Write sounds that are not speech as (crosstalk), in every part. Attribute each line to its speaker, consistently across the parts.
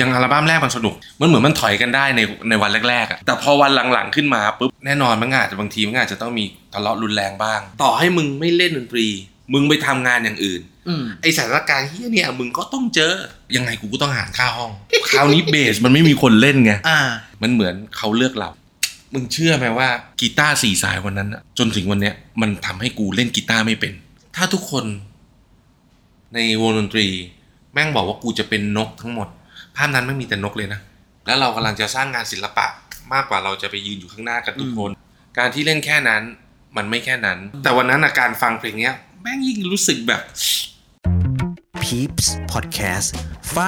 Speaker 1: ยังอัลบั้มแรกมันสนุก มันเหมือนมันถอยกันได้ในในวันแรกๆอะแต่พอวันหลังๆขึ้นมาปุ๊บแน่นอนมันอาจจะบางทีมันอาจจะต้องมีทะเลาะรุนแรงบ้าง ต่อให้มึงไม่เล่นดนตรี มึงไปทำงานอย่างอื่น
Speaker 2: อืม
Speaker 1: ไอสถานการณ์เฮียเนี่ยมึงก็ต้องเจอ ยังไงกูก็ต้องหาค่าห้อง คราวนี้เบสมันไม่มีคนเล่นไง
Speaker 2: อ่า
Speaker 1: มันเหมือนเขาเลือกเรา มึงเชื่อไหมว่ากีตาร์สี่สายวันนั้นน่ะจนถึงวันเนี้ยมันทำให้กูเล่นกีตาร์ไม่เป็น ถ้าทุกคน ในวงดนตรี แม่งบอกว่ากูจะเป็นนกทั้งหมด ภาพนั้นไม่มีแต่นกเลยนะ แล้วเรากำลังจะสร้างงานศิลปะ มากกว่าเราจะไปยืนอยู่ข้างหน้ากันทุกคน การที่เล่นแค่นั้น มันไม่แค่นั้น แต่วันนั้นอาการฟังเพลงเนี้ยแม่งยิ่งรู้สึกแบบ
Speaker 3: Peeps Podcast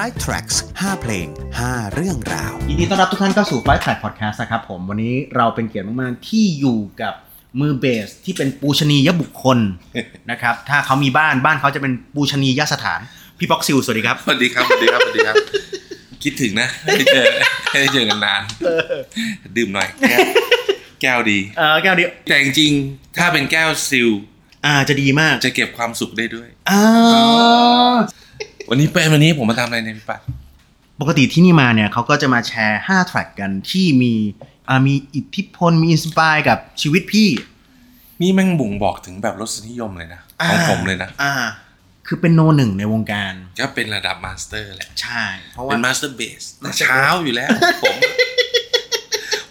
Speaker 3: 5 tracks 5 เพลง 5 เรื่องราว
Speaker 2: ยินดีต้อนรับทุกท่านเข้าสู่ Five Track Podcast นะครับผม วันนี้เราเป็นเกียรติมาก ๆ ที่อยู่กับมือเบสที่เป็นปูชนียบุคค
Speaker 3: (laughs)
Speaker 2: ล นะครับ ถ้าเขามีบ้านบ้านเขาจะเป็นปูชนียสถาน พี่บ็อกซิลสวัสดีครับ
Speaker 1: สวัสดีครับสวัสดีครับสวัสดีครับ คิดถึงนะไม่ได้เจอไม่ได้เจอกันนาน ดื่มหน่อย แก้วแก้วดี
Speaker 2: เออแก้วเดียว
Speaker 1: แต่จริงๆถ้าเป็นแก้วซิล
Speaker 2: อ่าจะดีมาก
Speaker 1: จะเก็บความสุขได้ด้วย
Speaker 2: อ่า
Speaker 1: วันนี้เป็นวันนี้ผมมาทำอะไรในยพี่ปัด
Speaker 2: ปกติที่นี่มาเนี่ยเขาก็จะมาแชร์ 5 แทร็กกันที่มีอ่ามีอิทธิพลมีอินสปายกับชีวิตพี่
Speaker 1: นี่แม่งบ่งบอกถึงแบบรสนิยมเลยนะ ของผมเลยนะ
Speaker 2: อ่า คือเป็นโนหนึ่งในวงการ
Speaker 1: ก็เป็นระดับมาสเตอร์แหละ
Speaker 2: ใช่ เพราะ
Speaker 1: เป็
Speaker 2: ว่า
Speaker 1: นมาสเตอร์เบสเช้าอยู่แล้ว ผม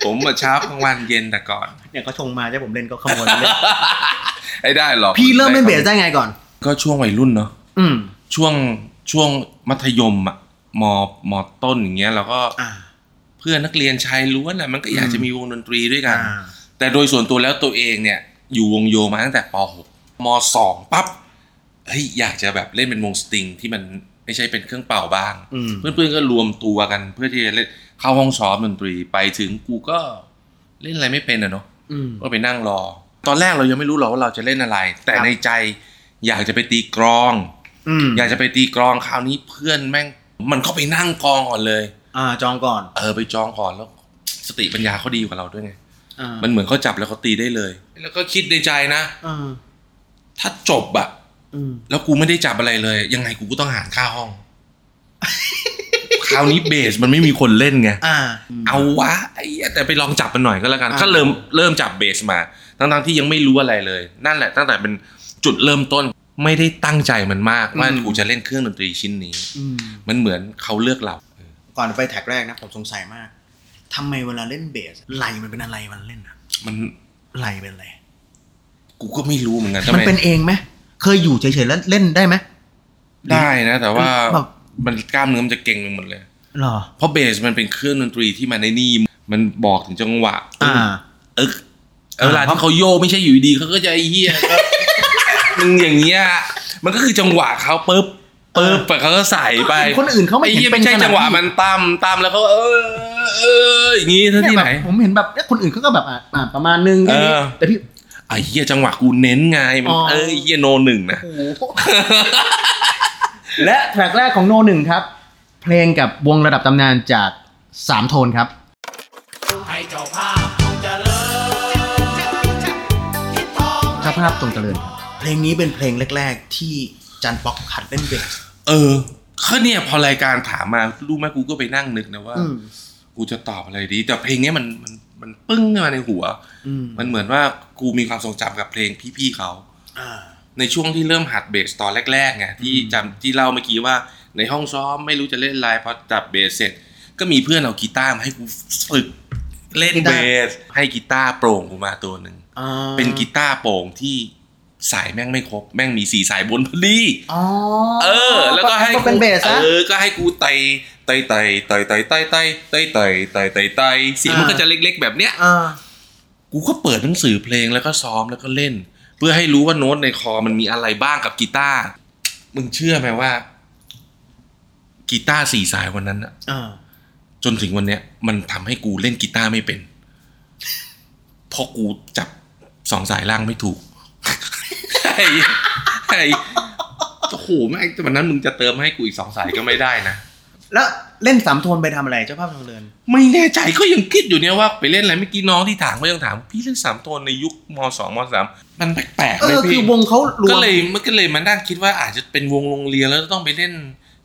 Speaker 1: ผมมาเช้ากลางวันเย็นแต่ก่อน
Speaker 2: เนี่ยเขาชงมาจะผมเล่นก็ขโม
Speaker 1: (laughs)
Speaker 2: ยไปเล่น
Speaker 1: ไอ้ได้หรอก
Speaker 2: พี่เริ่มเล่นเบสได้ไงก่อน
Speaker 1: ก็ช่วงวัยรุ่นเนาะ
Speaker 2: อืม
Speaker 1: ช่วงช่วงมัธยมอะมมต้นอย่างเงี้ยเราก็
Speaker 2: อ่า
Speaker 1: เพื่อนนักเรียนชายล้วนแหละมันก็อยาก
Speaker 2: อืม
Speaker 1: จะมีวงดนตรีด้วยกัน
Speaker 2: อ่า
Speaker 1: แต่โดยส่วนตัวแล้วตัวเองเนี่ย อยู่วงโยมาตั้งแต่ป .6 ม .2 ปั๊บเฮ้ยอยากจะแบบเล่นเป็นวงสตริงที่มันไม่ใช่เป็นเครื่องเป่าบ้าง
Speaker 2: อืม
Speaker 1: เพื่อนๆก็รวมตัวกันเพื่อที่จะเล่นเข้าห้องซ้อมดนตรีไปถึงกูก็เล่นอะไรไม่เป็นอะเนาะ
Speaker 2: อืม
Speaker 1: ก็ไปนั่งรอ ตอนแรกเรายังไม่รู้หรอกว่าเราจะเล่นอะไร แต่
Speaker 2: ครับ
Speaker 1: ในใจอยากจะไปตีกรอง
Speaker 2: อืม
Speaker 1: อยากจะไปตีกรองคราวนี้เพื่อนแม่ง มันเข้าไปนั่งกองก่อนเลย
Speaker 2: อ่า จองก่อน
Speaker 1: เออไปจองก่อนแล้ว สติปัญญาเขาดีกว่าเราด้วยไง
Speaker 2: อ่า
Speaker 1: มันเหมือนเขาจับแล้วเขาตีได้เลย แล้วก็คิดในใจนะ
Speaker 2: อ่า
Speaker 1: ถ้าจบอะ
Speaker 2: อืม
Speaker 1: แล้วกูไม่ได้จับอะไรเลย ยังไงกูก็ต้องหารค่าห้อง (laughs) คราวนี้เบสมันไม่มีคนเล่นไง
Speaker 2: อ่า
Speaker 1: เอาวะไอ้เหี้ยแต่ไปลองจับมันหน่อยก็แล้วกัน
Speaker 2: อ่า
Speaker 1: ก็เริ่มเริ่มจับเบสมาทั้งทั้งๆที่ยังไม่รู้อะไรเลย นั่นแหละตั้งแต่เป็นจุดเริ่มต้นไม่ได้ตั้งใจมันมากว่ากูจะเล่นเครื่องดนตรีชิ้นนี้
Speaker 2: อืม
Speaker 1: มันเหมือนเขาเลือกเรา
Speaker 2: ก่อนไปแท็กแรกนะ ผมสงสัยมากทำไมเวลาเล่นเบสไหลมันเป็นอะไรมันเล่นอะ
Speaker 1: มัน
Speaker 2: ไหลเป็นอะไร
Speaker 1: กูก็ไม่รู้เหมือนกันทำ
Speaker 2: มัน
Speaker 1: ไม
Speaker 2: เป็นเองไหม เคยอยู่เฉยๆแล้วเล่นได้ไหม
Speaker 1: ได้นะ แต่ว่า
Speaker 2: แบบ
Speaker 1: มันกล้ามเนื้อมันจะเก่งไปหมดเลย
Speaker 2: หรอ
Speaker 1: เพราะเบสมันเป็นเครื่องดนตรีที่มันในนี่มันบอกถึงจังหวะ
Speaker 2: อ่า
Speaker 1: เอกเวลาที่เขาโยกไม่ใช่อยู่ดีเขาก็จะไอ้เฮียก็มึงอย่างเงี้ยมันก็คือจังหวะเขาปุ๊บปุ๊บไปเขาก็ใส่ไป
Speaker 2: เห็นคนอื่นเขาไม่
Speaker 1: ไอ้
Speaker 2: เห็น
Speaker 1: เฮีย
Speaker 2: เป็
Speaker 1: ไม่
Speaker 2: น
Speaker 1: ใช่
Speaker 2: ขนาดนี้
Speaker 1: จังหวะมันตามตามแล้วเขาเออเอออย่างงี้เท่าที่ไหน
Speaker 2: เนี่ยแบบผมเห็นแบบเอ๊ะคนอื่นเขาก็แบบอ่ะอ่าประมาณนึงแค่นี้
Speaker 1: เออ
Speaker 2: แต่พี่
Speaker 1: ไอ้เฮียจังหวะกูเน้นไงมัน
Speaker 2: อ๋อ
Speaker 1: เออไอ้เฮียโนหนึ่งนะ
Speaker 2: โอ้โห และแทร็กแรกของโนหนึ่งครับ เพลงกับวงระดับตำนานจากสามโทนครับ ให้เจ้าภาพจงเจริญเจ้าภาพจงเจริญครับเพลงนี้เป็นเพลงแรก ๆ ที่จันป๊อกขัดเล่นเบส
Speaker 1: เออก็เนี่ยพอรายการถามมารู้ไหมกูก็ไปนั่งนึกนะว่า
Speaker 2: อืม
Speaker 1: กูจะตอบอะไรดี แต่เพลงเนี้ยมันมันมันปึ้งขึ้นมาในหัว
Speaker 2: อืม
Speaker 1: มันเหมือนว่ากูมีความทรงจำกับเพลงพี่ๆเขา
Speaker 2: อ่า
Speaker 1: ในช่วงที่เริ่มหัดเบสตอนแรกๆไงที่จำที่เล่าเมื่อกี้ว่าในห้องซ้อมไม่รู้จะเล่นอะไรพอจับเบสเสร็จ ก็มีเพื่อนเอากีตาร์มาให้กูฝึกเล่น
Speaker 2: กี
Speaker 1: เบ
Speaker 2: ตาร์
Speaker 1: สให้กีตาร์โปร่งกูมาตัวหนึ่ง
Speaker 2: อ่า
Speaker 1: เป็นกีตาร์โปร่งที่สายแม่งไม่ครบ แม่งมีสี่สายบนพอดี
Speaker 2: อ๋อ
Speaker 1: เออ แล้วก็ให้
Speaker 2: ก็เป็นเบสนะ
Speaker 1: เออก็ให้กูไตไตไตไตไตไตไตไตไตไตไตไตเสียงมัน
Speaker 2: อ่า
Speaker 1: ก็จะเล็กๆแบบเนี้ย
Speaker 2: อ่า
Speaker 1: กูก็เปิดหนังสือเพลงแล้วก็ซ้อมแล้วก็เล่น เพื่อให้รู้ว่าโน้ตในคอมันมีอะไรบ้างกับกีตาร์มึงเชื่อไหมว่ากีตาร์สี่สายวันนั้นน่ะ
Speaker 2: อ่า
Speaker 1: จนถึงวันเนี้ย มันทำให้กูเล่นกีตาร์ไม่เป็นเพราะกูจับสองสายล่างไม่ถูก (laughs) ไอ้ไอ้โอ้โหแม่งแต่วันนั้นมึงจะเติมให้กูอีกสองสายก็ไม่ได้นะ
Speaker 2: แล้วเล่นสามโทนไปทำอะไรเจ้าภาพจงเจริญ
Speaker 1: ไม่แน่ใจก็ยังคิดอยู่เนี่ยว่าไปเล่นอะไรเมื่อกี้น้องที่ถามก็ยังถาม พี่เล่นสามโทนในยุคมสองมสามมันแปลกๆ
Speaker 2: เอ
Speaker 1: ไหม
Speaker 2: อ
Speaker 1: พี่
Speaker 2: คือวงเขารวม
Speaker 1: ก็เลยมันก็เลยมานั่งคิดว่าอาจจะเป็นวงโรงเรียนแล้วต้องไปเล่น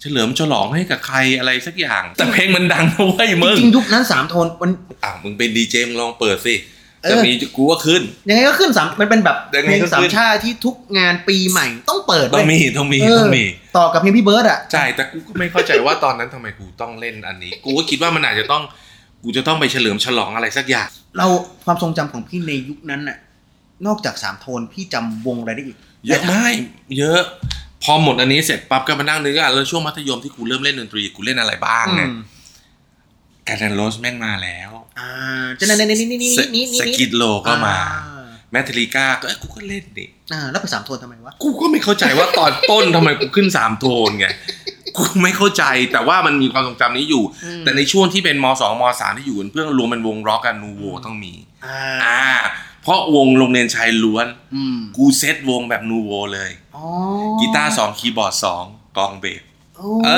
Speaker 1: เฉลิมฉลองให้กับใครอะไรสักอย่าง แต่เพลงมันดังนะเว้ยมึง
Speaker 2: จริงๆยุคนั้นสามโทนมัน
Speaker 1: อ่ะมึงเป็นดีเจมึงลองเปิดสิ
Speaker 2: เออ
Speaker 1: จะมีกูก็ขึ้น
Speaker 2: ยังไงก็ขึ้นสามมันเป็นแบบ
Speaker 1: ยัง
Speaker 2: เพ
Speaker 1: ไง
Speaker 2: ลง
Speaker 1: ก็
Speaker 2: สา
Speaker 1: ขึ้
Speaker 2: ม
Speaker 1: น
Speaker 2: ชาติที่ทุกงานปีใหม่ต้องเปิด
Speaker 1: ต้
Speaker 2: เว้
Speaker 1: อย งมีต้องมี
Speaker 2: เ
Speaker 1: ต้องมี
Speaker 2: ต่อกับเพลงพี่เบิร์ดอ่ะ
Speaker 1: ใช่แต่กูก็ไม่เข้าใจว่าตอนนั้นทำไมกูต้องเล่นอันนี้ กูก็คิดว่ามันอาจจะต้องกูจะต้องไปเฉลิมฉลองอะไรสักอย่าง
Speaker 2: เราความทรงจำของพี่ในยุคนั้นน่ะ นอกจากสามโทนพี่จำวงอะไรได้อีก
Speaker 1: เยอะไม่เยอะ พอหมดอันนี้เสร็จปั๊บก็มานั่งนึกอ่ะแล้วช่วงมัธยมที่กูเริ่มเล่นดนตรีกูเล่นอะไรบ้าง
Speaker 2: อื
Speaker 1: ไง
Speaker 2: ม
Speaker 1: การ์ดโรสแม่งมาแล้ว
Speaker 2: อ่าจะนั่นนี่นี่นี่นี่
Speaker 1: ส
Speaker 2: นี่นี่
Speaker 1: สกิดโลก็มา
Speaker 2: อ่
Speaker 1: แมทริก้าก็เอ้ยกูก็เล่นดิ
Speaker 2: อ่าแล้วไปสามโทนทำไมวะ
Speaker 1: กูก็ไม่เข้าใจว่าตอนต้นทำไมกูขึ้นสามโทนไงกูไม่เข้าใจแต่ว่ามันมีความทรงจำนี้อยู่
Speaker 2: อืม
Speaker 1: แต่ในช่วงที่เป็นมสองมสามที่อยู่กันเพื่อนรวมเป็นวงร็อกกันนูโวต้องมี
Speaker 2: อ่า
Speaker 1: อ่า เพราะวงโรงเรียนชายล้วน
Speaker 2: อืม
Speaker 1: กูเซตวงแบบนูโวเลย
Speaker 2: อ๋อ
Speaker 1: กีตาร์สองคีย์บอร์ดสองกลองเบส
Speaker 2: โอ้
Speaker 1: เอ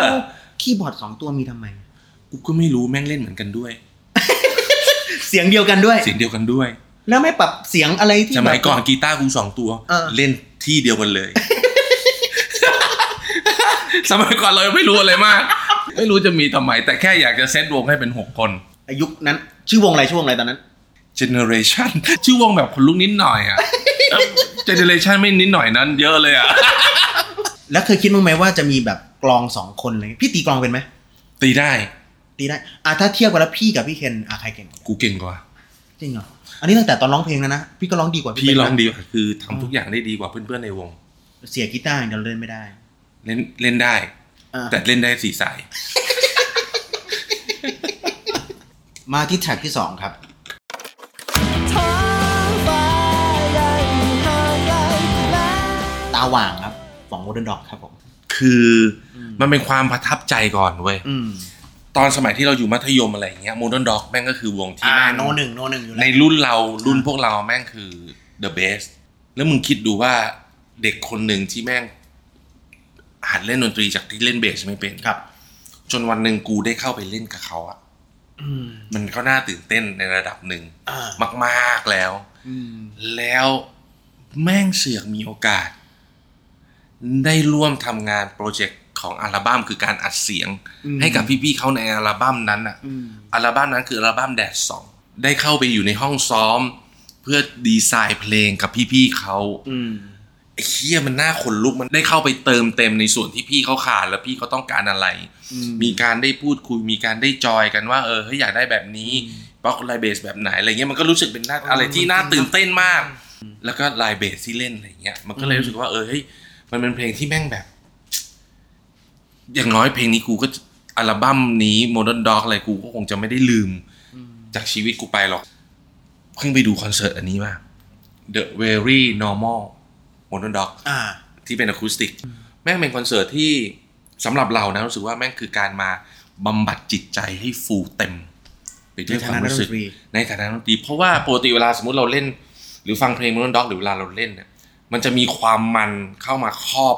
Speaker 1: อ
Speaker 2: คีย์บอร์ดสองตัวมีทำไม
Speaker 1: กูก็ไม่รู้แม่งเล่นเหมือนกันด้วย
Speaker 2: เสียงเดียวกันด้วย
Speaker 1: เสียงเดียวกันด้วย
Speaker 2: แล้วไม่ปรับเสียงอะไรที่
Speaker 1: สมัย
Speaker 2: แบบ
Speaker 1: ก่อนกีตาร์กูสองตัว
Speaker 2: เออ
Speaker 1: เล่นที่เดียวกันเลย (laughs) สมัยก่อนเรายังไม่รู้อะไรมาก ไม่รู้จะมีทำไม แต่แค่อยากจะเซตวงให้เป็นหกคน
Speaker 2: ยุคนั้น ชื่อวงอะไรชื่อวงอะไรตอนนั้น
Speaker 1: generation ชื่อวงแบบคนลุกนิดหน่อยอะ
Speaker 2: (laughs)
Speaker 1: generation ไม่นิดหน่อยนั้น เยอะเลยอะ
Speaker 2: แล้วเคยคิดบ้างไหมว่าจะมีแบบกลองสองคนอะไรเงี้ยพี่ตีกลองเป็นไหม
Speaker 1: ตีได้
Speaker 2: ตีได้อ่ะถ้าเทียบกันแล้วพี่กับพี่เคนอ่ะใครเก่งกว่า
Speaker 1: กูเก่งกว่า
Speaker 2: จริงเหรออันนี้ตั้งแต่ตอนร้องเพลงแล้วนะพี่ก็ร้องดีกว่า
Speaker 1: พี่
Speaker 2: เป๊กนะ
Speaker 1: ร้องดีกว่าคือทำทุกอย่างได้ดีกว่าเพื่อนๆในวง
Speaker 2: เสียกีตาร์อย่างเดียวเล่นไม่ได้
Speaker 1: เล่นเล่นได้
Speaker 2: อ่ะ
Speaker 1: แต่เล่นได้สี่สาย
Speaker 2: มาที่แท็กที่สองครับ ตาหว่างครับของโมเดิร์นด็อกครับผม
Speaker 1: คืออ
Speaker 2: ม
Speaker 1: มันเป็นความประทับใจก่อนเว้ย
Speaker 2: อืม
Speaker 1: ตอนสมัยที่เราอยู่มัธยมอะไรอย่างเงี้ยโมเดิร์นด็อกแม่งก็คือวงที่
Speaker 2: อ่า
Speaker 1: แม่ง
Speaker 2: โนหนึ่งโนหนึ่งอยู่
Speaker 1: ใน
Speaker 2: แล้ว
Speaker 1: รุ่นเรารุ่นพวกเราแม่งคือ the best แล้วมึงคิดดูว่าเด็กคนหนึ่งที่แม่งหัดเล่นดนตรีจากที่เล่นเบสไม่เป็น
Speaker 2: ครับ
Speaker 1: จนวันหนึ่งกูได้เข้าไปเล่นกับเขาอะ
Speaker 2: อืม
Speaker 1: มันก็น่าตื่นเต้นในระดับหนึ่ง
Speaker 2: อ่าม
Speaker 1: ากๆแล้ว
Speaker 2: อืม
Speaker 1: แล้วแม่งเสือกมีโอกาส ได้ร่วมทำงานโปรเจกต์ของอัลบั้มคือการอัดเสียง ให้กับพี่ๆเขาในอัลบั้มนั้นอะ
Speaker 2: อืม
Speaker 1: อัลบั้มนั้นคืออัลบั้มแดดสองได้เข้าไปอยู่ในห้องซ้อม เพื่อดีไซน์เพลงกับพี่ๆเขา
Speaker 2: อืม
Speaker 1: ไอ้เคียมันน่าขนลุกมันได้เข้าไปเติมเต็มในส่วนที่พี่เขาขาดแล้วพี่เขาต้องการอะไร
Speaker 2: อื
Speaker 1: มีการได้พูดคุยมีการได้จอยกันว่าเออเฮ้ยอยากได้แบบนี้บล็อกไลน์เบสแบบไหนอะไรเงี้ยมันก็รู้สึกเป็นน่าอะไรที่น่าตื่นเต้นมาก แล้วก็ไลน์เบสที่เล่นอะไรเงี้ยมันก็เลยรู้สึกว่าเออเฮ้ยมันเป็นเพลงที่แม่งแบบ อย่างน้อยเพลงนี้กูก็อัลบั้มนี้ Modern Dog อะไรกูก็คงจะไม่ได้ลืม จากชีวิตกูไปหรอก เพิ่งไปดูคอนเสิร์ตอันนี้มา The Very Normal Modern Dog
Speaker 2: อ่า
Speaker 1: ที่เป็นอะคูสติก แม่งเป็นคอนเสิร์ตที่สำหรับเรานะรู้สึกว่าแม่งคือการมาบำบัดจิตใจให้ฟูลเต็ม ไปด้วยความรู้สึก ในฐานะนักดนตรีเพราะว่าปกติเวลาสมมติเราเล่น หรือฟังเพลงมอนด็อกหรือเวลาเราเล่นเนี่ยมันจะมีความมันเข้ามาครอบ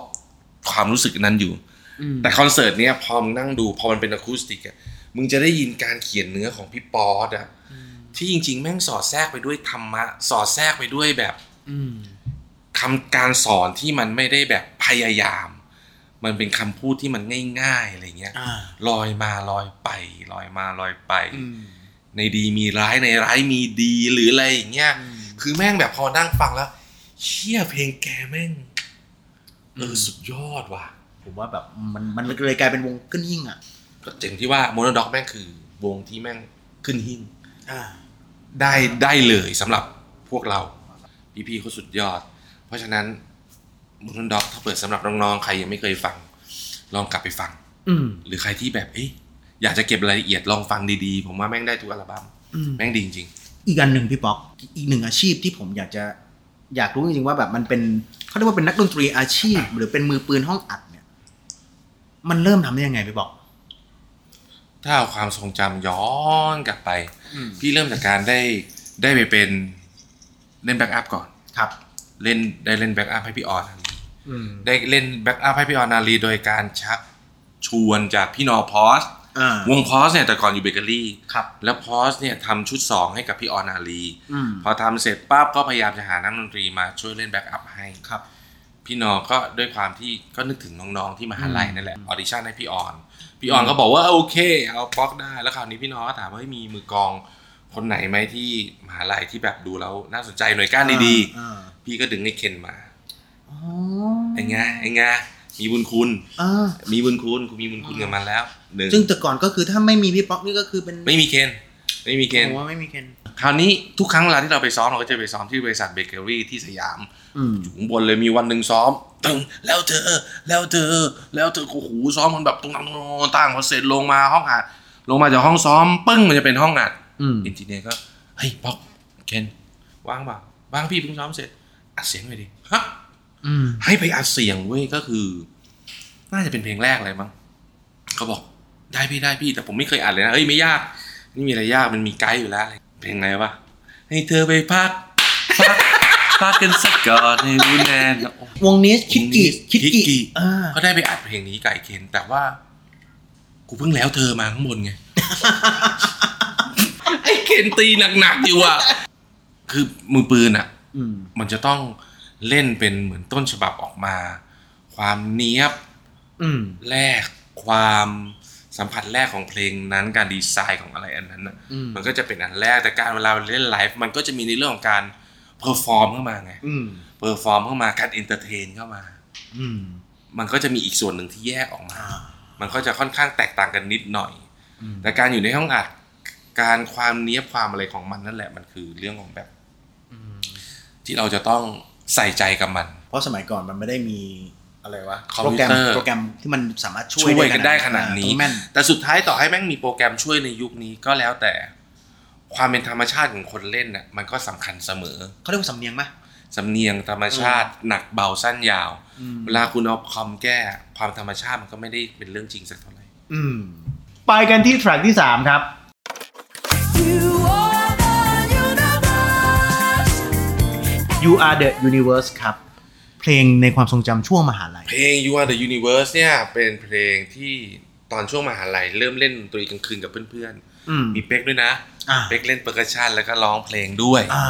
Speaker 1: ความรู้สึกนั้นอยู่
Speaker 2: อืม
Speaker 1: แต่คอนเสิร์ตเนี้ยพอมึงนั่งดูพอมันเป็นอะคูสติกอะมึงจะได้ยินการเขียนเนื้อของพี่ป๊อตอะที่จริง ๆ แม่งสอดแทรกไปด้วยธรรมะ สอดแทรกไปด้วยแบบ
Speaker 2: อืม
Speaker 1: คำการสอนที่มันไม่ได้แบบพยายาม มันเป็นคำพูดที่มันง่ายๆอะไรเงี้ย
Speaker 2: อ่า
Speaker 1: ลอยมาลอยไป ลอยมาลอยไป
Speaker 2: อืม
Speaker 1: ในดีมีร้ายในร้ายมีดีหรืออะไรอย่างเงี้ย คือแม่งแบบพอนั่งฟังแล้วเชี่ยเพลงแกแม่งเออสุดยอดว่ะ
Speaker 2: ผมว่าแบบมันมันเลยกลายเป็นวงขึ้นหิ่งอ่ะ
Speaker 1: ก็เจ๋งที่ว่าโมโนด็อกแม่งคือวงที่แม่งขึ้นหิ้ง
Speaker 2: อ่า
Speaker 1: ได้ได้เลยสำหรับพวกเรา พี่ๆเขาสุดยอด เพราะฉะนั้นมูนด็อกถ้าเปิดสำหรับน้องๆ ใครยังไม่เคยฟัง ลองกลับไปฟัง
Speaker 2: อืม
Speaker 1: หรือใครที่แบบเอ๊ะอยากจะเก็บรายละเอียดลองฟังดีๆ ผมว่าแม่งได้ทุกอัลบั้ม
Speaker 2: อืม
Speaker 1: แม่งดีจริง
Speaker 2: อีกอันหนึ่งพี่ป๊อกอีกหนึ่งอาชีพที่ผมอยากจะอยากรู้จริงๆว่าแบบมันเป็นเขาเรียกว่าเป็นนักดนตรีอาชีพ หรือเป็นมือปืนห้องอัดเนี่ย มันเริ่มทำได้ยังไงพี่ป๊อก
Speaker 1: ๆ ถ้าเอาความทรงจำย้อนกลับไป พี่เริ่มจากการได้ได้ไปเป็นเล่นแบ็กอัพก่อน
Speaker 2: ครับ
Speaker 1: เล่นได้เล่นแบ็กอัพให้พี่ออน
Speaker 2: อืม
Speaker 1: ได้เล่นแบ็กอัพให้พี่ออนนาลีโดยการชักชวนจากพี่นอพอส
Speaker 2: อ่าว
Speaker 1: งพอสเนี่ยแต่ก่อนอยู่เบเกอรี่
Speaker 2: ครับ
Speaker 1: แล้วพอสเนี่ยทำชุด 2 ให้กับพี่ออนาลี
Speaker 2: อืม
Speaker 1: พอทำเสร็จปั๊บก็พยายามจะหานักดนตรีมาช่วยเล่นแบ็กอัพให้
Speaker 2: ครับ
Speaker 1: พ พี่นอก็ด้วยความที่ก็นึกถึงน้องๆที่มหาลัยนั่นแหละ
Speaker 2: อืม
Speaker 1: ออดิชั่นให้พี่ออน พี่ออนก็บอกว่าเออโอเค เอาป๊อกได้แล้วคราวนี้พี่นอก็ถามว่าเฮ้ยมีมือกลองคนไหนไหมที่มหาลัยที่แบบดูแล้วน่าสนใจหน่วยก้านดี
Speaker 2: อ่า
Speaker 1: ๆ พี่ก็ดึงในเคนมา
Speaker 2: อ๋อ
Speaker 1: ไอ้ไงไอ้ไงมีบุญคุณ
Speaker 2: อ่า
Speaker 1: มีบุญคุณกูมีบุญคุณกับมันแล้วหนึ่ง
Speaker 2: ซึ่งแต่ก่อนก็คือถ้าไม่มีพี่ป๊อกนี่ก็คือเป็น
Speaker 1: ไม่มีเคนไม่มีเคน
Speaker 2: ผมว่าไม่มีเคน
Speaker 1: คราวนี้ทุกครั้งเวลาที่เราไปซ้อมเราก็จะไปซ้อมที่บริษัทเบเกอรี่ที่สยาม
Speaker 2: อืม
Speaker 1: อยู่ข้างบนเลยมีวันหนึ่งซ้อมตึงแล้วเธอ แล้วเธอ แล้วเธอโอ้โหซ้อมมันแบบตรงนั้นตั้งพอเสร็จลงมาห้องอัดลงมาจากห้องซ้อมปึ้งมันจะเป็นห้องอัด
Speaker 2: อืม
Speaker 1: เอนจิเนียร์ก็เฮ้ยป๊อกเคนว่างเปล่าว่างพี่เพิ่งซ้อมเสร็จอัดเสียงไปดิฮะ
Speaker 2: อืม
Speaker 1: ให้ไปอัดเสียงเว้ยก็คือ น่าจะเป็นเพลงแรกเลยมั้งเขาบอกได้พี่ได้พี่ แต่ผมไม่เคยอ่านเลยนะเฮ้ยไม่ยากนี่มีอะไรยากมันมีไกด์อยู่แล้วอะไรเพลงไงวะให้เธอไปพักพัก (laughs) พักกันสักก่อนให้รู้แน่นะโอ้
Speaker 2: วงนี้คิดกิ
Speaker 1: คิดกิ
Speaker 2: อ่า
Speaker 1: ก็ได้ไปอัดเพลงนี้ไก่เคนแต่ว่า กูเพิ่งแล้วเธอมาข้างบนไง ไอ้เคนตีหนักๆอยู่อ่ะคือมือปืนอ่ะ
Speaker 2: อืม
Speaker 1: มันจะต้องเล่นเป็นเหมือนต้นฉบับออกมา ความเนี้ยบ
Speaker 2: อืม
Speaker 1: แรกความสัมผัสแรกของเพลงนั้นการดีไซน์ของอะไรอันนั้นน่ะ
Speaker 2: อืม
Speaker 1: มันก็จะเป็นอันแรกแต่การเวลาเล่นไลฟ์มันก็จะมีในเรื่องของการเพอร์ฟอร์มเข้ามาไง
Speaker 2: อืม
Speaker 1: เพอร์ฟอร์มเข้ามาการเอนเตอร์เทนเข้ามา
Speaker 2: อืม
Speaker 1: มันก็จะมีอีกส่วนหนึ่งที่แยกออกมา
Speaker 2: อ่า
Speaker 1: มันก็จะค่อนข้างแตกต่างกันนิดหน่อย
Speaker 2: อืม
Speaker 1: แต่การอยู่ในห้องอัดการความเนี้ยบความอะไรของมันนั่นแหละมันคือเรื่องของแบบที่เราจะต้องใส่ใจกับมัน
Speaker 2: เพราะสมัยก่อนมันไม่ได้มีอะไรวะ
Speaker 1: คอม
Speaker 2: โปร
Speaker 1: พิว
Speaker 2: แกรม
Speaker 1: เตอร์
Speaker 2: โปรแกรมที่มันสามารถช่วย
Speaker 1: ช่วยกันได้ขนาดนี้
Speaker 2: ต้องแม่น
Speaker 1: แต่สุดท้ายต่อให้แม่งมีโปรแกรมช่วยในยุคนี้ก็แล้วแต่ ความเป็นธรรมชาติของคนเล่นน่ะมันก็สำคัญเสมอ
Speaker 2: เขาเรียกว่าสำเนียงไหม
Speaker 1: สำเนียงธรรมชาติหนักเบาสั้นยาว เวลาคุณเอาคอมแก้ความธรรมชาติมันก็ไม่ได้เป็นเรื่องจริงสักเท่าไหร่
Speaker 2: อืมไปกันที่แทร็กที่ 3 ครับ
Speaker 4: You are the universe.
Speaker 2: You are the universe ครับ เพลงในความทรงจำช่วงมหาลัย
Speaker 1: เพลง You Are the Universe เนี่ยเป็นเพลงที่ตอนช่วงมหาลัยเริ่มเล่นดนตรีกลางคืนกับเพื่อน
Speaker 2: อืม
Speaker 1: ๆ มีเป๊กด้วยนะ
Speaker 2: อ่า
Speaker 1: เป๊กเล่นเปอร์คัชชันแล้วก็ร้องเพลงด้วย
Speaker 2: อ่า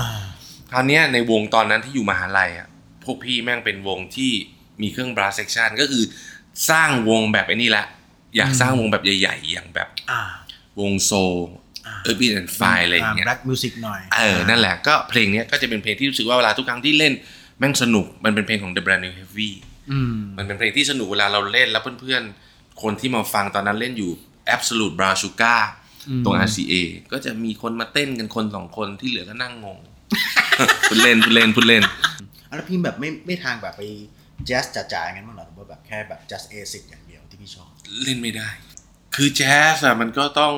Speaker 1: คราวเนี้ยในวงตอนนั้นที่อยู่มหาลัยอ่ะพวกพี่แม่งเป็นวงที่มีเครื่องบราสเซ c ชันก็คือสร้างวงแบบไอ้นี่ละอยาก
Speaker 2: อืม
Speaker 1: สร้างวงแบบใหญ่ๆ อย่างแบบ
Speaker 2: อ่าว
Speaker 1: งโซ
Speaker 2: อ่า
Speaker 1: เออร์บีแอนไฟอะไรอย่างเงี้ย
Speaker 2: แบล็กมิวสิกหน่อย
Speaker 1: เออ นั่นแหละก็เพลงเนี้ยก็จะเป็นเพลงที่รู้สึกว่าเวลาทุกครั้งที่เล่นแม่งสนุกมันเป็นเพลงของ The Brand New Heavy
Speaker 2: อืม
Speaker 1: มันเป็นเพลงที่สนุกเวลาเราเล่นแล้วเพื่อนๆ คนที่มาฟังตอนนั้นเล่นอยู่ Absolute Brazuca ตรง RCA ก็จะมีคนมาเต้นกันคนสองคนที่เหลือก็นั่งงง (laughs) พูดเล่นพูดเล่นพูดเล่น
Speaker 2: อ่ะแล้วพี่แบบไม่ไม่ทางแบบไปแจ๊สจ๋าๆอย่างนั้นบ้างเหรอหรือว่าแบบแค่แบบ just basic อย่างเดียวที่พี่ชอบ
Speaker 1: เล่นไม่ได้ คือแจ๊สอะมันก็ต้อง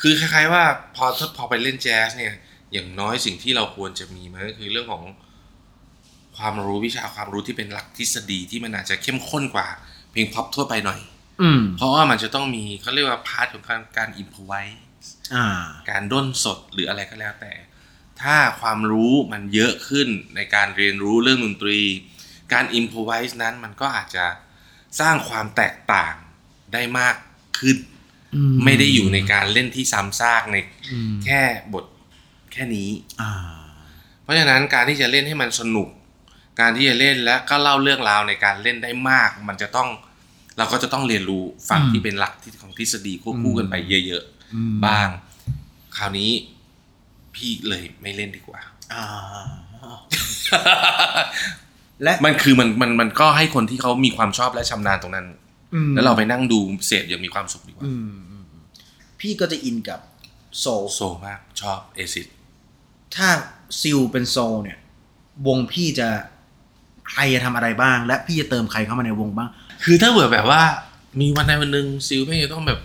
Speaker 1: คือคล้ายๆว่าพอถ้าพอไปเล่นแจ๊สเนี่ย อย่างน้อยสิ่งที่เราควรจะมีมันก็คือเรื่องของความรู้วิชาความรู้ที่เป็นหลักทฤษฎีที่มันอาจจะเข้มข้นกว่า เพลงพับทั่วไปหน่อย
Speaker 2: อืม
Speaker 1: เพราะว่ามันจะต้องมีเขาเรียกว่าพาร์ทของการการอินพไว้
Speaker 2: อ่า
Speaker 1: การด้นสดหรืออะไรก็แล้วแต่ ถ้าความรู้มันเยอะขึ้นในการเรียนรู้เรื่องดนตรี การอิ p r o ไวส์นั้นมันก็อาจจะสร้างความแตกต่างได้มากขึ้น
Speaker 2: อืม
Speaker 1: ไม่ได้อยู่ในการเล่นที่ซ้ำซากใน
Speaker 2: อืม
Speaker 1: แค่บทแค่นี้
Speaker 2: อ่า
Speaker 1: เพราะฉะนั้นการที่จะเล่นให้มันสนุก การที่จะเล่นและก็เล่าเรื่องราวในการเล่นได้มาก มันจะต้องเราก็จะต้องเรียนรู้ฝั่ง
Speaker 2: อืม
Speaker 1: ที่เป็นหลักที่ของทฤษฎีควบคู่กันไปเยอะ
Speaker 2: อืม
Speaker 1: ๆบ้าง คราวนี้พี่เลยไม่เล่นดีกว่า (laughs)
Speaker 2: อ่า และ
Speaker 1: มันคือมันมันมันก็ให้คนที่เขามีความชอบและชำนาญตรงนั้น
Speaker 2: อืม
Speaker 1: แล้วเราไปนั่งดูเสพอย่างมีความสุขดีกว่า
Speaker 2: อืมอืมอืมพี่ก็จะอินกับโซล
Speaker 1: โซมากชอบเอซิด
Speaker 2: ถ้าซิลเป็นโซลเนี่ย วงพี่จะใครจะทำอะไรบ้าง และพี่จะเติมใครเข้ามาในวงบ้าง
Speaker 1: คือถ้าเบื่อแบบว่า มีวันใดวันหนึ่งซิลแม่งจะต้องแบบ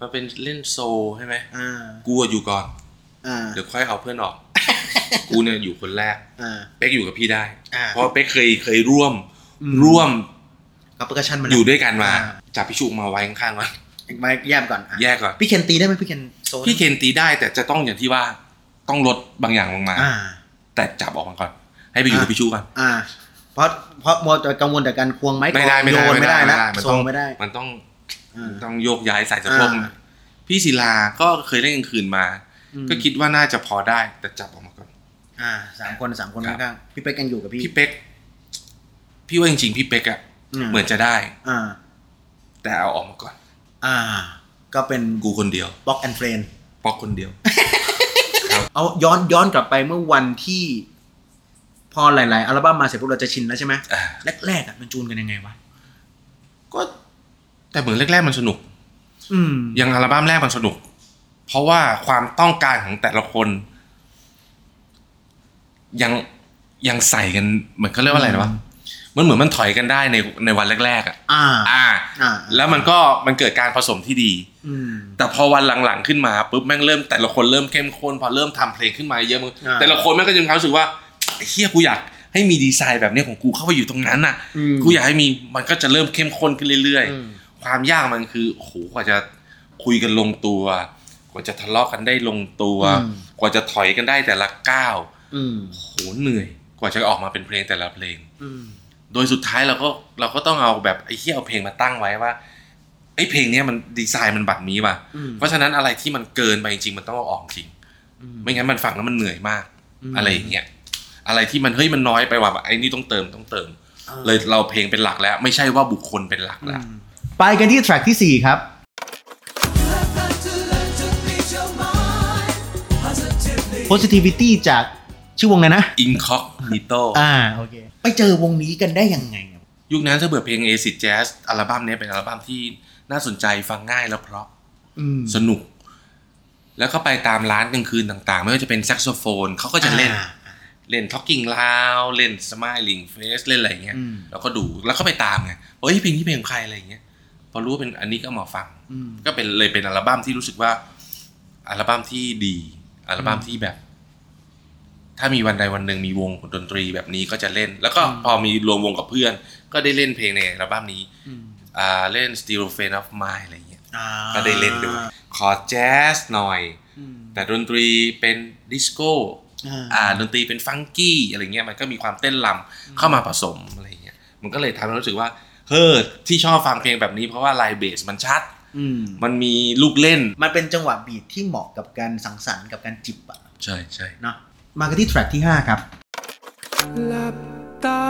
Speaker 1: มาเป็นเล่นโซลใช่ไหม
Speaker 2: อ่า
Speaker 1: กูอะอยู่ก่อน
Speaker 2: อ่า
Speaker 1: เดี๋ยวค่อยเอาเพื่อนออก (laughs) กูเนี่ยอยู่คนแรก
Speaker 2: อ่า
Speaker 1: เป๊กอยู่กับพี่ได้
Speaker 2: อ่า
Speaker 1: เพราะเป๊กเคยเคยร่วม
Speaker 2: อืม
Speaker 1: ร่วม
Speaker 2: กับประกชันมัน
Speaker 1: อยู่ด้วยกันมา
Speaker 2: อ่
Speaker 1: จับพี่ชูมาไว้ข้างๆมัน
Speaker 2: มาแยกก่อนอ่ะ
Speaker 1: แยกก่อน
Speaker 2: พี่เคนตีได้ไหมพี่เคนโซล
Speaker 1: พี่เคนตีได้แต่จะต้องอย่างที่ว่าต้องลดบางอย่างลงมา
Speaker 2: อ่า
Speaker 1: แต่จับออกมาก่อน ให้ไปอยู่กับ
Speaker 2: อ่า
Speaker 1: พี่ชูก่อน
Speaker 2: อ่า เพราะเพราะมัวแต่กังวลแต่การควงไม้
Speaker 1: ไม่ได้
Speaker 2: กอง
Speaker 1: ไม่ได้
Speaker 2: โยนไม่ได้นะ
Speaker 1: มัน
Speaker 2: โซ
Speaker 1: ต้อ
Speaker 2: ล
Speaker 1: ง
Speaker 2: ไม่ได้
Speaker 1: มันต้อง
Speaker 2: อ่า
Speaker 1: ต้องโยกย้ายสายสะโพก
Speaker 2: อ่า
Speaker 1: พี่ศิลาก็เคยเล่นกลางคืนมา ก็คิดว่าน่าจะพอได้ แต่จับออกมาก่อน
Speaker 2: อ่าสามคนสามคน
Speaker 1: ครับ
Speaker 2: ข้างๆพี่เป๊กยังอยู่กับพี่
Speaker 1: พี่เป๊ก พี่ว่าจริงๆพี่เป๊กอะ
Speaker 2: อืม
Speaker 1: เหมือนจะได้
Speaker 2: อ่า
Speaker 1: แต่เอาออกมาก่อน
Speaker 2: อ่า ก็เป็น
Speaker 1: กูคนเดียว
Speaker 2: บล็อกแอนเฟรน
Speaker 1: ป๊อกคนเดียว
Speaker 2: เอาย้อนย้อนกลับไปเมื่อวันที่ พอหลาย ๆ อัลบั้มมาเสร็จปุ๊บเราจะชินแล้วใช่ไหม
Speaker 1: อ่า
Speaker 2: แรกๆอ่ะมันจูนกันยังไงวะ
Speaker 1: ก็ แต่เหมือนแรกๆมันสนุก
Speaker 2: อืม
Speaker 1: ยังอัลบั้มแรกมันสนุก เพราะว่าความต้องการของแต่ละคน ยังยังใส่กันเหมือนเขาเรียกว่าอะไรนะวะมันเหมือนมันถอยกันได้ในในวันแรกๆอ่ะ
Speaker 2: อ่า
Speaker 1: อ่า
Speaker 2: อ่า
Speaker 1: แล้วมันก็มันเกิดการผสมที่ดี
Speaker 2: อืม
Speaker 1: แต่พอวันหลังๆขึ้นมาปุ๊บแม่งเริ่มแต่ละคนเริ่มเข้มข้นพอเริ่มทำเพลงขึ้นมาเยอะมึง
Speaker 2: อ่า
Speaker 1: แต่ละคนแม่งก็จะมีความรู้สึกว่าเฮียกูอยากให้มีดีไซน์แบบเนี้ยของกูเข้าไปอยู่ตรงนั้นน่ะ
Speaker 2: อืม
Speaker 1: กูอยากให้มีมันก็จะเริ่มเข้มข้นขึ้นเรื่อย
Speaker 2: อืม
Speaker 1: ๆ ความยากมันคือโอ้โหกว่าจะคุยกันลงตัว กว่าจะทะเลาะกันได้ลงตัว กว่าจะถอยกันได้แต่ละก้าว
Speaker 2: อืม
Speaker 1: โอ้โหเหนื่อย กว่าจะออกมาเป็นเพลงแต่ละเพลง
Speaker 2: อืม
Speaker 1: โดยสุดท้ายเราก็เราก็ต้องเอาแบบไอ้เฮียเอาเพลงมาตั้งไว้ว่าไอ้เพลงเนี้ยมันดีไซน์มันแบบนี้ว่ะ
Speaker 2: อืม
Speaker 1: เพราะฉะนั้นอะไรที่มันเกินไปจริงๆมันต้องเอาออกจริง ไม่งั้นมันฟังแล้วมันเหนื่อยมาก
Speaker 2: อืม
Speaker 1: อะไรอย่างเงี้ยอะไรที่มันเฮ้ยมันน้อยไปว่ะไอ้นี่ต้องเติมต้องเติม เลยเราเพลงเป็นหลักแล้ว ไม่ใช่ว่าบุคคลเป็นหลักแล้ว
Speaker 2: ไปกันที่แทร็กที่ 4 ครับ
Speaker 4: I've got to learn to please your mind positively.
Speaker 2: positivity จากชื่อวงไงนะ
Speaker 1: อินคอกนิโต
Speaker 2: อ่า โอเค ไปเจอวงนี้กันได้ยังไงอะ
Speaker 1: ยุคนั้นถ้าเบื่อเพลงเอซิ j แจ๊สอัลบั้มเนี้ยเป็นอัลบั้มที่น่าสนใจฟังง่ายแล้วเพราะ
Speaker 2: อืม
Speaker 1: สนุก แล้วก็ไปตามร้านกลางคืนต่างๆ ไม่ว่าจะเป็นแซกโซโฟนเขาก็จะเล่น
Speaker 2: อ่า
Speaker 1: เล่น Talking l o u d เล่น Smiling Face เล่นอะไรอย่างเงี้ย
Speaker 2: อืม
Speaker 1: เราก็ดูแล้วก็ไปตามไงว่าเฮ้ยเพลงนี้เพลงของใครอะไรอย่างเงี้ยพอรู้ว่าเป็นอันนี้ก็เอามาฟัง
Speaker 2: อืม
Speaker 1: ก็เป็นเลยเป็นอัลบั้มที่รู้สึกว่า อัลบั้มที่ดี อัลบั้มที่แบบ ถ้ามีวันใดวันหนึ่งมีวงดนตรีแบบนี้ก็จะเล่น แล้วก็พอมีรวมวงกับเพื่อน ก็ได้เล่นเพลงในอัลบั้มนี้
Speaker 2: อืม
Speaker 1: อ่าเล่น Steel f a n of Mine อะไรอย่างเงี้ย
Speaker 2: อ่า
Speaker 1: ก็ได้เล่นด้วยขอแจ๊สหน่อย
Speaker 2: อืม
Speaker 1: แต่ดนตรีเป็นดิสโก้
Speaker 2: อ่า
Speaker 1: อ่าดนตรีเป็นฟังกี้อะไรเงี้ยมันก็มีความเต้นรำเข้ามาผสมอะไรเงี้ยมันก็เลยทำให้รู้สึกว่าเฮ้อที่ชอบฟังเพลงแบบนี้เพราะว่าลายเบสมันชัด
Speaker 2: อืม
Speaker 1: มันมีลูกเล่น
Speaker 2: มันเป็นจังหวะบีทที่เหมาะกับการสังสรรค์กับการจิบอะ
Speaker 1: ใช่ใช่
Speaker 2: เนาะมากันที่แทร็กที่ 5 ครับ
Speaker 5: หลับตา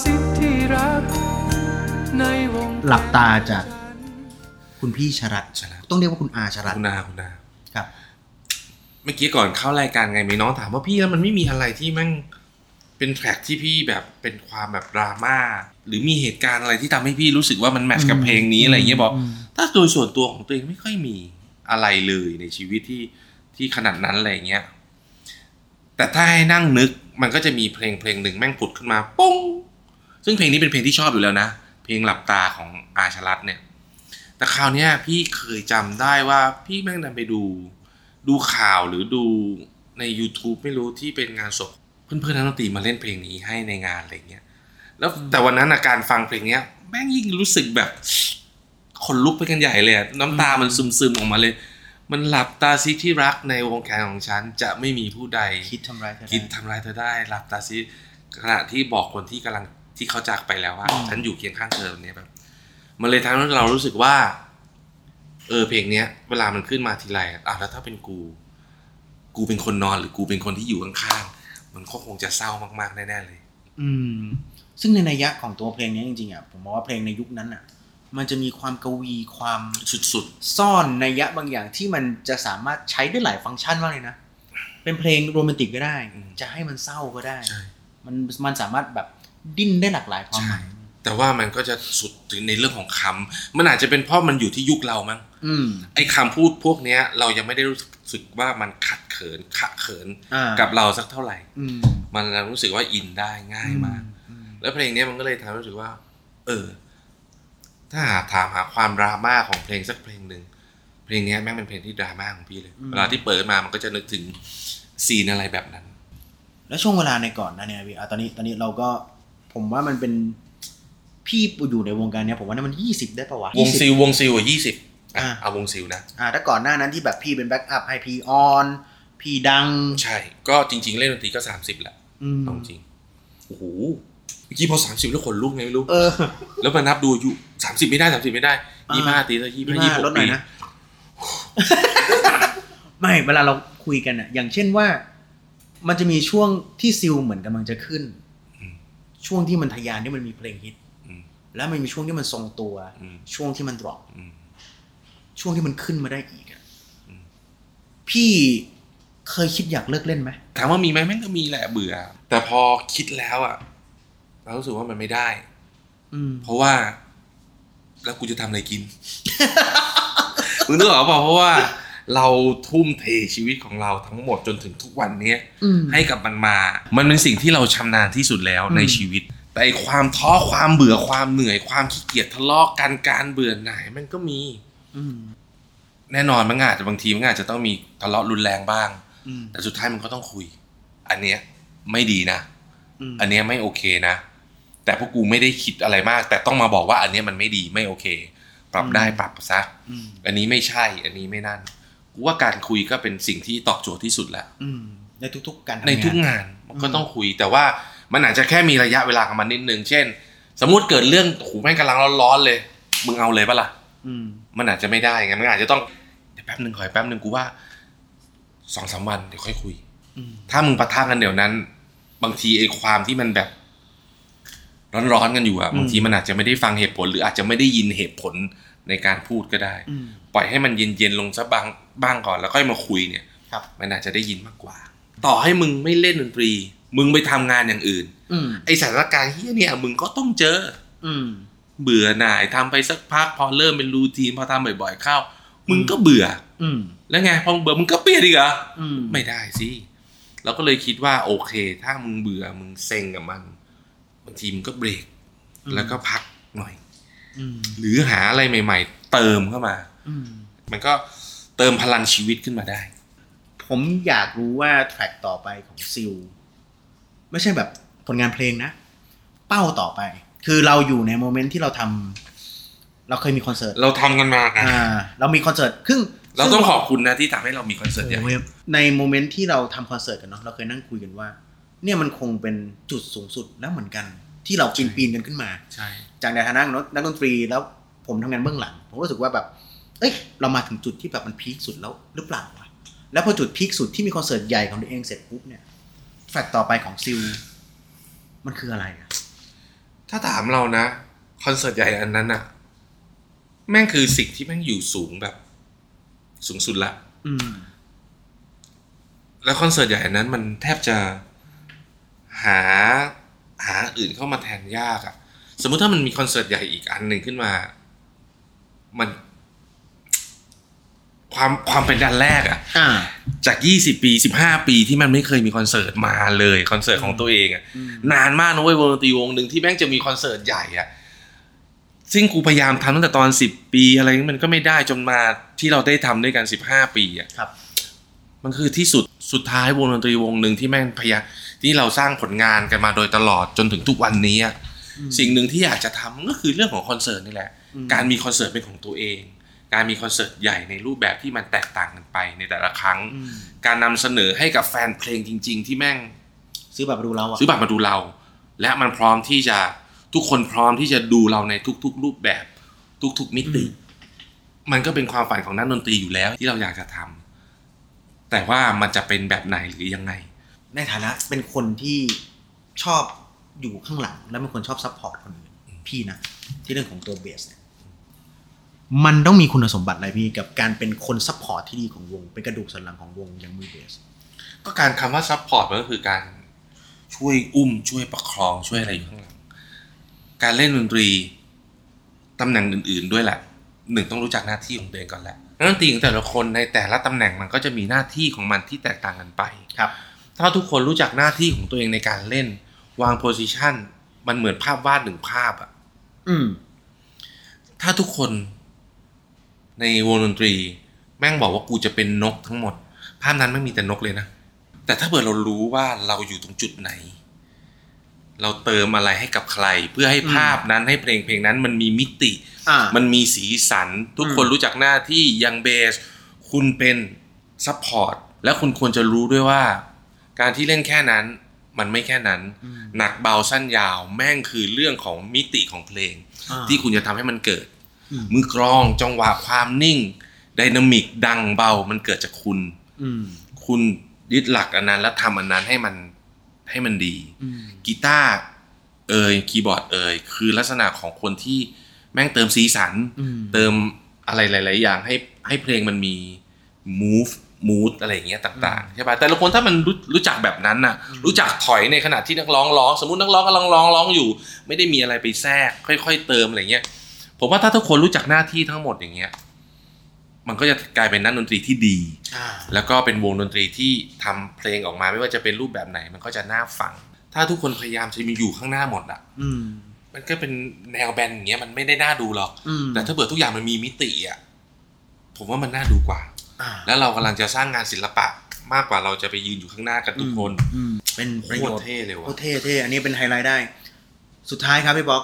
Speaker 5: สิที่รัก ในวง
Speaker 2: หลับตาจากคุณพี่ชรัต
Speaker 1: ใช่แล้ว
Speaker 2: ต้องเรียกว่าคุณอาชรัต
Speaker 1: คุณนาคุณนา
Speaker 2: ครับ
Speaker 1: เมื่อกี้ก่อนเข้ารายการไงมีน้องถามว่าพี่แล้วมันไม่มีอะไรที่แม่งเป็นแทร็กที่พี่แบบเป็นความแบบดราม่าหรือมีเหตุการณ์อะไรที่ทำให้พี่รู้สึกว่ามันแมทช์กับเพลงนี้อะไรเงี้ยบอก ถ้าโดยส่วนตัวของตัวเองไม่ค่อยมีอะไรเลยในชีวิตที่ที่ขนาดนั้นอะไรเงี้ย แต่ถ้าให้นั่งนึกมันก็จะมีเพลงเพลงหนึ่งแม่งผุดขึ้นมาปุ้งซึ่งเพลงนี้เป็นเพลงที่ชอบอยู่แล้วนะ เพลงหลับตาของอาชรัตน์เนี่ย แต่คราวเนี้ยพี่เคยจำได้ว่าพี่แม่งดันไปดู ดูข่าวหรือดูใน YouTube ไม่รู้ที่เป็นงานศพเพื่อนๆนักดนตรีมาเล่นเพลงนี้ให้ในงานอะไรเงี้ยแล้วแต่วันนั้นอาการฟังเพลงเนี้ยแม่งยิ่งรู้สึกแบบ ขนลุกไปกันใหญ่เลยอะน้ำตามันซึมๆออกมาเลย มันหลับตาซิที่รักในวงแขนของฉัน จะไม่มีผู้ใด
Speaker 2: คิดทำร้ายเธอได้
Speaker 1: คิดทำร้ายเธอได้หลับตาซิขณะที่บอกคนที่กำลังที่เขาจากไปแล้วว่า ฉันอยู่เคียงข้างเธอแบบเนี้ยแบบ มันเลยทำให้เรารู้สึกว่า เออเพลงเนี้ย เวลามันขึ้นมาทีไรอ่ะอ้าวแล้วถ้าเป็นกู กูเป็นคนนอนหรือกูเป็นคนที่อยู่ข้างๆมันก็คงจะเศร้ามากๆแน่ๆเลย
Speaker 2: อืม ซึ่งในนัยยะของตัวเพลงนี้จริงๆอ่ะผมมองว่าเพลงในยุคนั้นอ่ะ มันจะมีความกวีความ
Speaker 1: สุด
Speaker 2: ซ่อนนัยยะบางอย่างที่มันจะสามารถใช้ได้หลายฟังก์ชันมากเลยนะ เป็นเพลงโรแมนติกก็ได้ จะให้มันเศร้าก็ได้
Speaker 1: ๆใช่
Speaker 2: มันมันสามารถแบบดิ้นได้หลากหลายความหมาย
Speaker 1: แต่ว่ามันก็จะสุดถึงในเรื่องของคำมันอาจจะเป็นเพราะมันอยู่ที่ยุคเรามั้ง
Speaker 2: อืม
Speaker 1: ไอ้คำพูดพวกเนี้ย เรายังไม่ได้รู้สึกว่ามันขัดเขินขะเขิน
Speaker 2: อ่ากั
Speaker 1: กับเราสักเท่าไหร่
Speaker 2: อืม
Speaker 1: มันรู้สึกว่าอินได้ง่ายมาก แล้วเพลงเนี้ยมันก็เลยทำให้รู้สึกว่า เออ ถ้าหาถามหาความดราม่าของเพลงสักเพลงหนึ่งเพลงเนี้ยแม่งเป็นเพลงที่ดราม่าของพี่เลย เวลาที่เปิดมามันก็จะนึกถึงซีนอะไรแบบนั้น
Speaker 2: แล้วช่วงเวลาในก่อนนะเนี่ยพี่อ่ะตอนนี้ตอนนี้เราก็ผมว่ามันเป็นพี่อยู่ในวงการเนี้ยผมว่าน่ามันยี่สิบได้ปะวะ
Speaker 1: วง
Speaker 2: 20
Speaker 1: ซิลวงซิลยี่สิบ
Speaker 2: อ่า
Speaker 1: เอาวงซิลนะ
Speaker 2: อ่าถ้าก่อนหน้านั้นที่แบบพี่เป็นแบ็กอัพให้พี่ออน พี่ดัง
Speaker 1: ใช่ ก็จริง ๆ เล่นดนตรีก็สามสิบแหละ
Speaker 2: อืม
Speaker 1: เอาจริง โอ้โห เมื่อกี้พอสามสิบแล้วขนลุกไงไม่รู้
Speaker 2: เออ
Speaker 1: แล้วมานับดูอายุสามสิบไม่ได้สามสิบไม่ได้
Speaker 2: อ่า
Speaker 1: ยี่ห้าตีแล้วยี่ห้า
Speaker 2: ยี่
Speaker 1: ยี่
Speaker 2: ห้า
Speaker 1: หก
Speaker 2: ลดหน่
Speaker 1: ปี
Speaker 2: อยนะ ไม่เวลาเราคุยกันอะอย่างเช่นว่า มันจะมีช่วงที่ซิลเหมือนกำลังจะขึ้น ช่วงที่มันทะยานที่มันมีเพลงฮิต
Speaker 1: อืม
Speaker 2: แล้วมันมีช่วงที่มันทรงตัว
Speaker 1: อืม
Speaker 2: ช่วงที่มันดรอป
Speaker 1: อืม
Speaker 2: ช่วงที่มันขึ้นมาได้อีกอะ
Speaker 1: อืม
Speaker 2: พี่เคยคิดอยากเลิกเล่นไหม
Speaker 1: ถามว่ามีไหมแม่งก็มีแหละเบื่อ แต่พอคิดแล้วอะเรารู้สึกว่ามันไม่ได้
Speaker 2: อืม
Speaker 1: เพราะว่า แล้วกูจะทำอะไรกิน (laughs) มึงนึกออกเปล่าเพราะว่า เราทุ่มเทชีวิตของเราทั้งหมดจนถึงทุกวันเนี้ย
Speaker 2: อืม
Speaker 1: ให้กับมันมา มันเป็นสิ่งที่เราชำนาญที่สุดแล้วใน
Speaker 2: อืม
Speaker 1: ชีวิต แต่ไอ้ความท้อความเบื่อความเหนื่อยความขี้เกียจทะเลาะกันการเบื่อหน่ายมันก็มี
Speaker 2: อืม
Speaker 1: แน่นอนมันก็อาจจะบางทีมันก็อาจจะต้องมีทะเลาะรุนแรงบ้าง
Speaker 2: อืม
Speaker 1: แต่สุดท้ายมันก็ต้องคุย อันเนี้ยไม่ดีนะ
Speaker 2: อืม
Speaker 1: อันเนี้ยไม่โอเคนะ แต่พวกกูไม่ได้คิดอะไรมาก แต่ต้องมาบอกว่าอันเนี้ยมันไม่ดีไม่โอเค ปรับได้ปรับซะ
Speaker 2: อืม
Speaker 1: อันนี้ไม่ใช่ อันนี้ไม่นั่น กูว่าการคุยก็เป็นสิ่งที่ตอบโจทย์ที่สุดแล้ว
Speaker 2: อืมในทุกๆการทำงาน
Speaker 1: ในทุกงานมันก็
Speaker 2: อืม
Speaker 1: ต้องคุย แต่ว่ามันอาจจะแค่มีระยะเวลาของมันนิดนึง เช่น สมมติเกิดเรื่องโอ้โหูแม่งกำลังร้อนๆเลย มึงเอาเลยปะล่ะ
Speaker 2: อืม
Speaker 1: มันอาจจะไม่ได้ไง มันอาจจะต้องเดี๋ยวแป๊บหนึ่งขออีกแป๊บหนึ่งกูว่าสองสามวันเดี๋ยวค่อยคุย
Speaker 2: อืม
Speaker 1: ถ้ามึงปะทะกันเดี๋ยวนั้น บางทีไอ้ความที่มันแบบ ร้อนๆกันอยู่อะบางทีมันอาจจะไม่ได้ฟังเหตุผล หรืออาจจะไม่ได้ยินเหตุผลในการพูดก็ได้
Speaker 2: อืม
Speaker 1: ปล่อยให้มันเย็นๆลงซะบ้างบ้างก่อนแล้วค่อยมาคุยเนี่ย
Speaker 2: ครับ
Speaker 1: มันอาจจะได้ยินมากกว่า ต่อให้มึงไม่เล่นดนตรี มึงไปทำงานอย่างอื่น
Speaker 2: อืม
Speaker 1: ไอสถานการณ์เฮียเนี่ยมึงก็ต้องเจอ
Speaker 2: อืม
Speaker 1: เบื่อหน่ายทำไปสักพัก พอเริ่มเป็นรูทีนพอทำบ่อยๆเข้า มึงก็เบื่อ
Speaker 2: อืม
Speaker 1: แล้วไงพอมึงเบื่อมึงก็เปลี่ยนอีกเหรอ
Speaker 2: อืม
Speaker 1: ไม่ได้สิเราก็เลยคิดว่าโอเค ถ้ามึงเบื่อมึงเซ็งกับมันบางทีมึงก็เบรก แล้วก็พักหน่อย
Speaker 2: อืม
Speaker 1: หรือหาอะไรใหม่ ๆ เติมเข้ามา
Speaker 2: อืม
Speaker 1: มันก็เติมพลังชีวิตขึ้นมาได้
Speaker 2: ผมอยากรู้ว่าแทร็กต่อไปของซิลไม่ใช่แบบผลงานเพลงนะ เป้าต่อไป คือเราอยู่ในโมเมนต์ที่เราทำเราเคยมีคอนเสิร์ต
Speaker 1: เราทำกันมานะ
Speaker 2: อ่า เรามีคอนเสิร์ตครึ่ง
Speaker 1: เราต้องขอบคุณนะที่ทำให้เรามีคอนเสิร์ตใหญ่
Speaker 2: โอ้ยในโมเมนต์ที่เราทำคอนเสิร์ตกันเนาะเราเคยนั่งคุยกันว่า เนี่ยมันคงเป็นจุดสูงสุดแล้วเหมือนกัน ที่เราปีนปีนกันขึ้นมา
Speaker 1: ใช่
Speaker 2: จากในฐานะนักดนตรีแล้วผมทำงานเบื้องหลัง ผมรู้สึกว่าแบบ เอ้ย เรามาถึงจุดที่แบบมันพีคสุดแล้วหรือเปล่าวะแล้วพอจุดพีคสุดที่มีคอนเสิร์ตใหญ่ของตัวเองเสร็จปุ๊บเนี่ยแฟลตต่อไปของซิลมันคืออะไรอะ
Speaker 1: ถ้าถามเรานะคอนเสิร์ตใหญ่อันนั้นอะแม่งคือสิ่งที่แม่งอยู่สูงแบบ สูงสุดละ
Speaker 2: อืม
Speaker 1: แล้วคอนเสิร์ตใหญ่อันนั้นมันแทบจะหาหาอื่นเข้ามาแทนยากอะสมมุติถ้ามันมีคอนเสิร์ตใหญ่อีกอันหนึ่งขึ้นมา มัน ความความเป็นอันแรกอะ
Speaker 2: อ่า
Speaker 1: จาก 20 ปี 15 ปีที่มันไม่เคยมีคอนเสิร์ตมาเลยคอนเสิร์ตของตัวเองอะ
Speaker 2: อืม
Speaker 1: นานมากนะเว้ยวงดนตรีวงหนึ่งที่แม่งจะมีคอนเสิร์ตใหญ่อะซึ่งกูพยายามทำตั้งแต่ตอน 10 ปีอะไรนี้มันก็ไม่ได้จนมาที่เราได้ทำด้วยกัน 15 ปีอะ
Speaker 2: ครับ
Speaker 1: มันคือที่สุดสุดท้ายวงดนตรีวงหนึ่งที่แม่งพยายามที่เราสร้างผลงานกันมาโดยตลอดจนถึงทุกวันนี้อะสิ่งหนึ่งที่อยากจะทำก็คือเรื่องของคอนเสิร์ตนี่แหละ
Speaker 2: อืม
Speaker 1: การมีคอนเสิร์ตเป็นของตัวเอง การมีคอนเสิร์ตใหญ่ในรูปแบบที่มันแตกต่างกันไปในแต่ละครั้ง
Speaker 2: อืม
Speaker 1: การนำเสนอให้กับแฟนเพลงจริง ๆ ที่แม่ง
Speaker 2: ซื้อแบบดูเราอะ
Speaker 1: ซื้อบัตรมาดูเรา และมันพร้อมที่จะทุกคนพร้อมที่จะดูเราในทุก ๆ รูปแบบ ทุก ๆ มิติ มันก็เป็นความฝันของนักดนตรีอยู่แล้วที่เราอยากจะทำแต่ว่ามันจะเป็นแบบไหนหรือยังไง
Speaker 2: ในฐานะเป็นคนที่ชอบอยู่ข้างหลัง และเป็นคนชอบซัพพอร์ตคนอื่นพี่นะ ที่เรื่องของตัวเบสเนี่ยมันต้องมีคุณสมบัติอะไรพี่กับการเป็นคนซัพพอร์ตที่ดีของวง เป็นกระดูกสันหลังของวงอย่างมือเบส
Speaker 1: ก็การคำว่าซัพพอร์ตมันก็คือการช่วยอุ้มช่วยประครองช่วยอะไรอยู่ข้างหลัง การเล่นดนตรีตำแหน่งอื่น ๆ ด้วยแหละหนึ่งต้องรู้จักหน้าที่ของตัวเองก่อนแหละนักดนตรีของแต่ละคนในแต่ละตำแหน่งมันก็จะมีหน้าที่ของมันที่แตกต่างกันไป
Speaker 2: ครับ
Speaker 1: ถ้าทุกคนรู้จักหน้าที่ของตัวเองในการเล่น วางโพสิชันมันเหมือนภาพวาดหนึ่งภาพอะ
Speaker 2: อืม
Speaker 1: ถ้าทุกคนในวงดนตรี แม่งบอกว่ากูจะเป็นนกทั้งหมด ภาพนั้นไม่มีแต่นกเลยนะ แต่ถ้าเกิดเรารู้ว่าเราอยู่ตรงจุดไหน เราเติมอะไรให้กับใคร เพื่อให้ภาพนั้นให้เพลงเพลงนั้นมันมีมิติ
Speaker 2: อ่า
Speaker 1: มันมีสีสัน ทุกคน
Speaker 2: อืม
Speaker 1: รู้จักหน้าที่ยังเบส คุณเป็นซัพพอร์ตและคุณควรจะรู้ด้วยว่า การที่เล่นแค่นั้น มันไม่แค่นั้น หนักเบาสั้นยาว แม่งคือเรื่องของมิติของเพลง
Speaker 2: อ่า
Speaker 1: ที่คุณจะทำให้มันเกิด
Speaker 2: อืม
Speaker 1: มือกรองจังหวะความนิ่งไดนามิกดังเบามันเกิดจากคุณ
Speaker 2: อืม
Speaker 1: คุณยึดหลักอันนั้นแล้วทำอันนั้นให้มันให้มันดี
Speaker 2: อืม
Speaker 1: กีตาร์ เอยคีย์บอร์ดเอยคือลักษณะของคนที่แม่งเติมสีสัน
Speaker 2: อืม
Speaker 1: เติมอะไรหลาย ๆ อย่างให้ให้เพลงมันมี move mood อะไรอย่างเงี้ยต่าง ๆ ใช่ป่ะแต่ละคนถ้ามันรู้รู้จักแบบนั้นน่ะ รู้จักถอยในขณะที่นักร้องร้อง สมมตินักร้องกำลังร้องร้องอยู่ ไม่ได้มีอะไรไปแทรก ค่อย ๆ เติมอะไรเงี้ยผมว่าถ้าทุกคนรู้จักหน้าที่ทั้งหมดอย่างเงี้ยมันก็จะกลายเป็นนักดนตรีที่ดี
Speaker 2: อ่า
Speaker 1: แล้วก็เป็นวงดนตรีที่ทำเพลงออกมาไม่ว่าจะเป็นรูปแบบไหน มันก็จะน่าฟัง ถ้าทุกคนพยายามจะมีอยู่ข้างหน้าหมดอ่ะ
Speaker 2: อืม
Speaker 1: มันก็เป็นแนวแบนอย่างเงี้ยมันไม่ได้น่าดูหรอก
Speaker 2: อืม
Speaker 1: แต่ถ้าเกิดทุกอย่างมันมีมิติอ่ะผมว่ามันน่าดูกว่า
Speaker 2: อ่า
Speaker 1: แล้วเรากำลังจะสร้างงานศิลปะมากกว่าเราจะไปยืนอยู่ข้างหน้ากันทุกคน
Speaker 2: อืมเป็น
Speaker 1: โค
Speaker 2: ประโย
Speaker 1: ตร
Speaker 2: ชน์
Speaker 1: เท่เลย
Speaker 2: โค
Speaker 1: ว่ะ
Speaker 2: ตรเท่เท่อันนี้เป็นไฮไลท์ได้ สุดท้ายครับพี่ป๊อก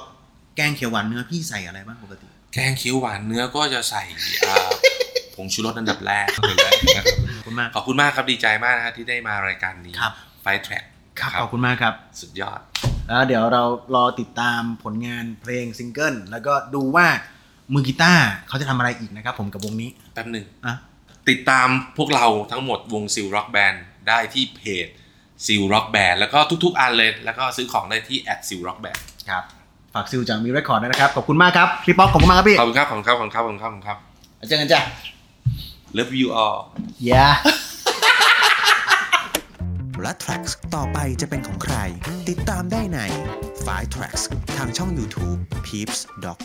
Speaker 2: แกงเขียวหวานเนื้อพี่ใส่อะไรบ้างปกติ
Speaker 1: แกงเขียวหวานเนื้อก็จะใส่อ่าผงชูรสอันดับแรกเลยนะครับ
Speaker 2: ขอบคุณมาก
Speaker 1: ขอบคุณมากครับดีใจมากนะฮะที่ได้มารายการนี้
Speaker 2: ครับ
Speaker 1: ไฟแทร็ก
Speaker 2: ครับขอบคุณมากครับ
Speaker 1: สุดยอด
Speaker 2: แล้วเดี๋ยวเรารอติดตามผลงานเพลงซิงเกิลแล้วก็ดูว่ามือกีตาร์เขาจะทำอะไรอีกนะครับผมกับวงนี้
Speaker 1: แป๊บหนึ่ง
Speaker 2: อ่ะ
Speaker 1: ติดตามพวกเราทั้งหมดวงซิลร็อกแบนด์ได้ที่เพจซิลร็อกแบนด์แล้วก็ทุกๆ อันเลย แล้วก็ซื้อของได้ที่แอดซิลร็อกแบนด์
Speaker 2: ครับ ฝากซิลจากมีเรคคอร์ดด้วยนะครับ ขอบคุณมากครับ พี่ป๊อกขอบคุณมากครับพี่
Speaker 1: ขอบคุณครับขอบคุณครับขอบคุณครับขอบคุณครับขอบคุณครับ
Speaker 2: เจอกันจ้ะ
Speaker 1: love you all
Speaker 2: อย่า
Speaker 3: และ Tracks ต่อไปจะเป็นของใคร ติดตามได้ใน f i Tracks ทางช่อง YouTube Peeps Doc